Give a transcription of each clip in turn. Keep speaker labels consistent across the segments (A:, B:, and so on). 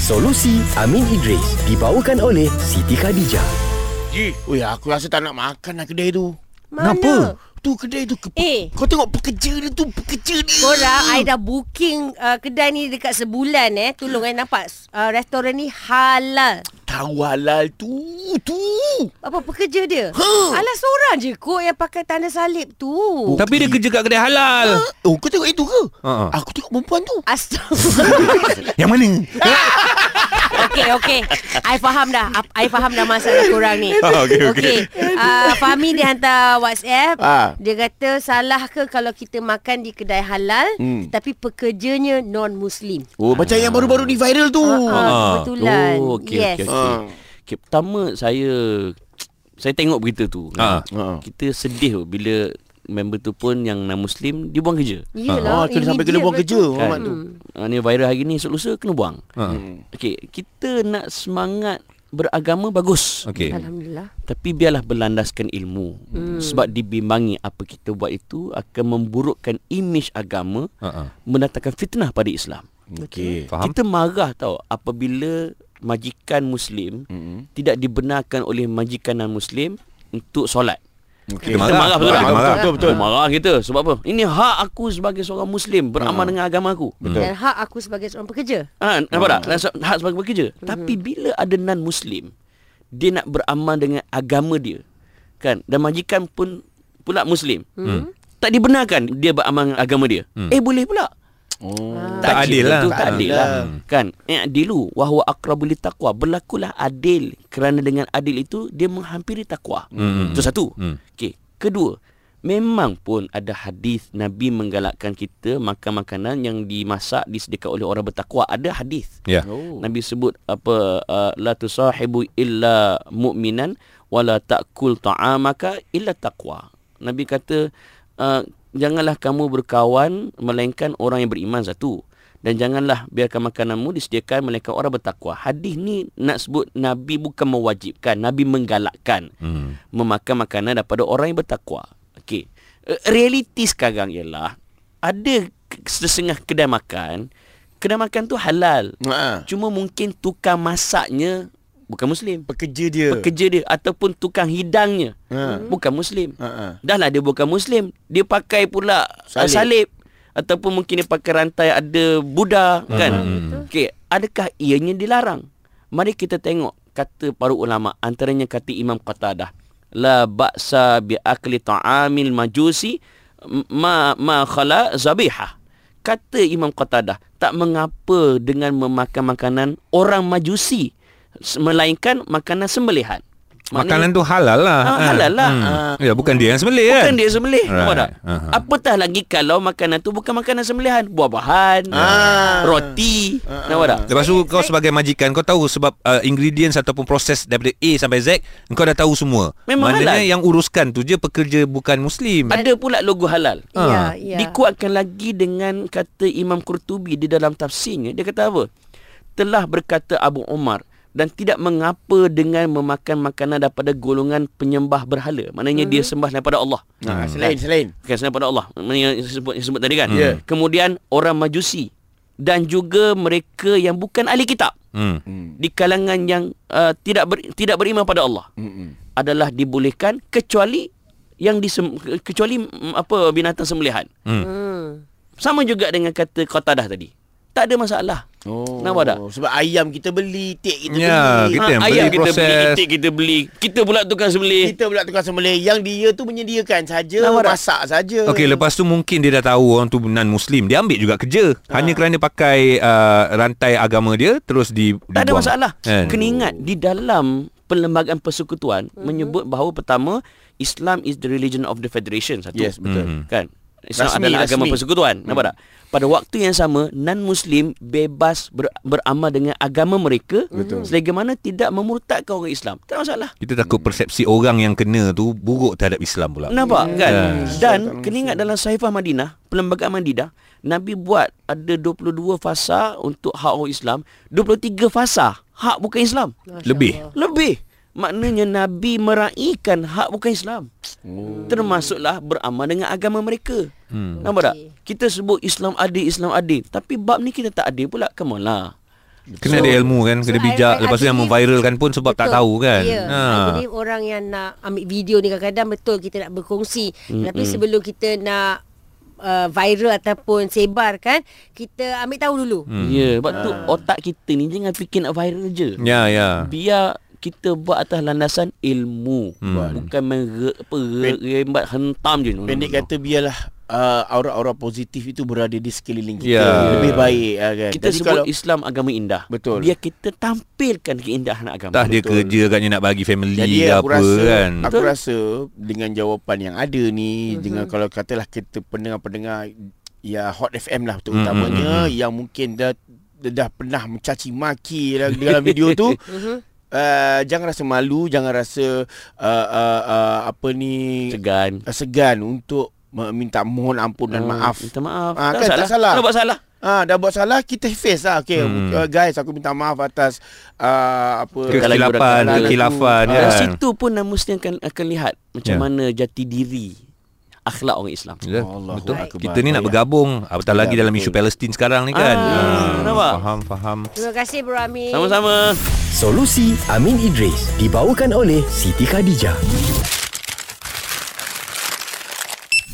A: Solusi Amin Idris dibawakan oleh Siti Khadijah.
B: Ji, oi aku rasa tak nak makan lah kedai tu.
C: Mana?
D: Kenapa?
B: Tu kedai tu ke,
C: Eh.
B: Kau tengok pekerja dia tu Pekerja dia
C: Korang, I dah booking uh, kedai ni dekat sebulan eh. Tolong I nampak uh, restoran ni halal.
B: Tahu halal tu Tu
C: Apa pekerja dia?
B: Ha.
C: Alah seorang je kot yang pakai tanda salib tu.
B: Oh.
D: Tapi dia kerja kat kedai halal.
E: Eh.
B: Oh kau tengok itu ke
D: Ha, ha.
B: Aku tengok perempuan tu
C: Astagfirullah.
D: Yang mana?
C: Okey, okey. I faham dah. Ap- I faham dah masalah korang ni.
D: Ah, okey, okey.
C: Ah, Fahmi dia hantar WhatsApp.
B: Ah.
C: Dia kata, salah ke kalau kita makan di kedai halal
B: Hmm.
C: tapi pekerjanya non-Muslim?
B: Oh macam yang baru-baru ni viral tu Ha.
C: Ah, kebetulan.
E: Oh, okey,
C: yes.
E: okey, okey. Okay, pertama saya saya tengok berita tu.
D: Ha.
B: Ha.
E: Kita sedih bila member tu pun yang non muslim dia buang kerja.
C: Yelah,
B: Ah, kena sampai kena
C: immediate
B: buang kerja
C: betul.
B: Muhammad tu
E: Ha, ni viral hari ni esok lusa kena buang.
D: Ha.
E: Okey, kita nak semangat beragama bagus.
D: Okey.
C: Alhamdulillah.
E: Tapi biarlah berlandaskan ilmu. Hmm. Sebab dibimbangi apa kita buat itu akan memburukkan imej agama,
D: Ha, ha.
E: mendatangkan fitnah pada Islam.
B: Okey
D: Faham?
E: Kita marah tau apabila majikan muslim
B: Mm-mm.
E: tidak dibenarkan oleh majikan non-muslim untuk solat.
B: Okey
D: Kita
E: Kita
D: marah.
E: marah betul
D: Kita
E: tak?
D: marah.
E: Betul betul. Marah kita sebab apa? Ini hak aku sebagai seorang muslim beramal dengan agama aku.
D: Hmm.
B: Betul.
C: Dan hak aku sebagai seorang pekerja.
E: Ha, nampak tak? Rasa- Hak sebagai pekerja.
D: Hmm.
E: Tapi bila ada non-muslim, dia nak beramal dengan agama dia. Kan? Dan majikan pun pula muslim.
D: Hmm.
E: Tak dibenarkan dia beramal dengan agama dia. Eh boleh pula.
B: Oh
D: Tak
E: Tajib
D: adil lah.
E: betul, Tak
D: Tak
E: adil lah Kan I'adilu Wahuwa akrabuli taqwa Berlakulah adil Kerana dengan adil itu Dia menghampiri taqwa
D: Hmm.
E: Itu satu
D: Hmm.
E: Okey Kedua Memang pun ada hadis Nabi menggalakkan kita makan makanan yang dimasak disediakan oleh orang bertakwa. Ada hadis.
D: Ya.
E: Nabi sebut apa uh, la tusahibu illa mu'minan wala ta'kul ta'amaka illa taqwa. Nabi kata uh, janganlah kamu berkawan melainkan orang yang beriman satu dan janganlah biarkan makananmu disediakan melainkan orang bertakwa. Hadis ni nak sebut Nabi bukan mewajibkan, Nabi menggalakkan
D: Hmm.
E: memakan makanan daripada orang yang bertakwa. Okey. Eh, Realiti sekarang ialah ada ke- sesengah kedai makan, kedai makan tu halal.
B: Ha.
E: Cuma mungkin tukang masaknya bukan muslim.
B: Pekerja dia
E: Pekerja dia ataupun tukang hidangnya
B: Ha.
E: bukan muslim.
B: Ha, ha.
D: Hmm.
E: Dahlah lah dia bukan muslim, dia pakai pula salib,
B: Salib.
E: salib ataupun mungkin dia pakai rantai ada Buddha
B: Hmm,
E: kan. Okey, adakah ianya dilarang? Mari kita tengok kata para ulama antaranya kata Imam Qatadah la ba'sa bi akli ta'amil majusi ma ma khala zabihah. Kata Imam Qatadah, tak mengapa dengan memakan makanan orang majusi s- melainkan makanan sembelihan. Maknanya-
D: Makanan tu halal lah.
E: Ah,
D: Ha.
E: halal lah.
D: Hmm. Ya, bukan dia yang sembelih kan?
E: Bukan dia sembelih right. Nampak
D: Right.
E: tak
D: Aha.
E: Apatah lagi kalau makanan tu Bukan makanan sembelihan Buah-buahan
B: Ah.
E: Roti Nampak tak
D: Lepas tu kau sebagai majikan Kau tahu sebab uh, Ingredients ataupun proses Daripada A sampai Z Kau dah tahu semua
E: Memang
D: Maknanya
E: halal.
D: yang uruskan tu je Pekerja bukan Muslim
E: Ada pula logo halal
C: Ya,
D: Ah.
C: ya.
E: Dikuatkan lagi dengan kata Imam Qurtubi di dalam tafsirnya. Dia kata apa? Telah berkata Abu Umar dan tidak mengapa dengan memakan makanan daripada golongan penyembah berhala. Maknanya hmm. dia sembah daripada Allah.
B: Ha, Selain selain
E: Okay, sembah daripada Allah. Maknanya yang sebut, yang sebut tadi kan.
D: Hmm.
B: Ya.
E: Kemudian orang majusi dan juga mereka yang bukan ahli kitab
D: hmm.
E: di kalangan yang uh, tidak ber, tidak beriman pada Allah
B: Mm-mm.
E: adalah dibolehkan kecuali yang disem, kecuali mm, apa binatang sembelihan.
C: Hmm.
E: Sama juga dengan kata Qatadah tadi. Tak ada masalah.
B: Oh,
E: Nampak tak?
B: Sebab ayam kita beli, tik kita beli.
D: Ya,
B: Ha,
D: kita yang
E: ayam
D: beli
E: Ah, kita beli,
D: proses.
E: itik kita beli. Kita pula tukang sembelih.
B: Kita pula tukar sembelih Yang dia tu menyediakan saja
E: Nampak tak?
B: Masak saja
D: Okey
E: Eh.
D: lepas tu mungkin dia dah tahu orang tu non-Muslim Dia ambil juga kerja
E: Ah.
D: Hanya kerana pakai uh, rantai agama dia Terus di
E: Tak ada
D: dibuang.
E: masalah.
D: Kan?
E: Kena ingat di dalam perlembagaan persekutuan
B: Mhm.
E: mm-hmm. menyebut bahawa pertama Islam is the religion of the federation satu.
B: Yes, betul.
E: Mm-hmm.
D: Hmm.
E: Kan?
B: Rasmi,
E: Islam
B: Hmm.
E: adalah agama
B: rasmi.
E: persekutuan. Nampak tak? Pada waktu yang sama non-muslim bebas ber- beramal dengan agama mereka betul. selagi mana tidak memurtadkan orang Islam. Tak ada masalah.
D: Kita takut persepsi orang yang kena tu Buruk terhadap Islam pula
E: Nampak
B: Hmm.
E: kan?
D: Yes.
E: Dan kena ingat dalam Saifah Madinah, Perlembagaan Madinah, Nabi buat ada 22 fasa untuk hak orang Islam, 23 fasa hak bukan Islam.
D: Lebih
E: Lebih. Maknanya Nabi meraihkan hak bukan Islam. Oh. Termasuklah beramal dengan agama mereka. Hmm. Nampak tak? Kita sebut Islam adil, Islam adil. Tapi bab ni kita tak adil pula. Come on lah.
D: Kena ada ilmu kan Kena
C: So,
D: bijak
C: I- I- I
D: Lepas tu yang
C: believe-
D: memviralkan pun Sebab tak
C: Betul.
D: tahu kan
C: Ya.
D: Ha.
C: Jadi orang yang nak ambil video ni kadang-kadang betul kita nak berkongsi.
D: Hmm,
C: Mm-hmm. Tapi sebelum kita nak uh, viral ataupun sebarkan, kita ambil tahu dulu.
D: Hmm.
C: Mm.
E: Ya, yeah, sebab tu otak kita ni jangan fikir nak viral je.
D: Ya ya
E: Biar kita buat atas landasan ilmu.
D: Hmm.
E: Bukan main re, apa, re, rembat hentam je. No, no,
B: Pendek
E: no.
B: kata biarlah uh, aura-aura positif itu berada di sekeliling kita.
D: Ya.
B: Lebih baik uh, kan.
E: Kita
B: Jadi
E: sebut kalau, Islam agama indah.
B: Betul.
E: Biar kita tampilkan keindahan agama.
D: Entah dia
B: Betul.
D: kerja katnya nak bagi family
B: Jadi
D: ke
B: aku
D: apa
B: rasa
D: kan
B: Aku
E: Betul.
B: rasa Dengan jawapan yang ada ni mm-hmm. Dengan kalau katalah Kita pendengar-pendengar Ya Hot FM lah
D: Mm,
B: Terutamanya mm-hmm. Yang mungkin dah dah- dah pernah mencaci maki dalam, dalam video tu uh, jangan rasa malu jangan rasa uh, uh, uh, apa ni
E: Segan.
B: uh, segan untuk meminta mohon ampun dan
E: Ah,
B: maaf
E: Minta maaf.
B: Ah, kan tak salah.
E: Kenapa buat salah?
B: Ah, dah buat salah kita face lah. Okay,
D: Hmm.
B: hmm. uh, guys, aku minta maaf atas uh, apa
D: Kekhilafan
B: kekalahan aku.
D: Kekhilafan
B: Ah,
E: Dari
D: kan
E: situ pun dah mesti akan, akan lihat macam
D: Ya.
E: mana jati diri akhlak orang Islam.
D: Ya,
B: Allahu
D: betul.
B: Akbar.
D: Kita ni nak bergabung apatah lagi
B: Ya,
D: dalam
B: betul.
D: isu Palestin sekarang ni kan.
E: Ah, nampak?
D: faham faham.
C: Terima kasih Bro Amin.
E: Sama-sama.
A: Solusi Amin Idris dibawakan oleh Siti Khadijah.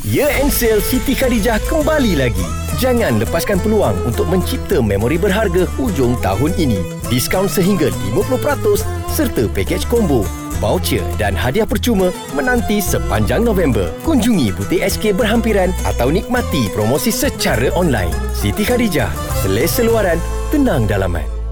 A: Year End Ya Sale Siti Khadijah kembali lagi. Jangan lepaskan peluang untuk mencipta memori berharga hujung tahun ini. Diskaun sehingga 50% serta pakej combo, voucher dan hadiah percuma menanti sepanjang November. Kunjungi butik SK berhampiran atau nikmati promosi secara online. Siti Khadijah, selesa luaran, tenang dalaman.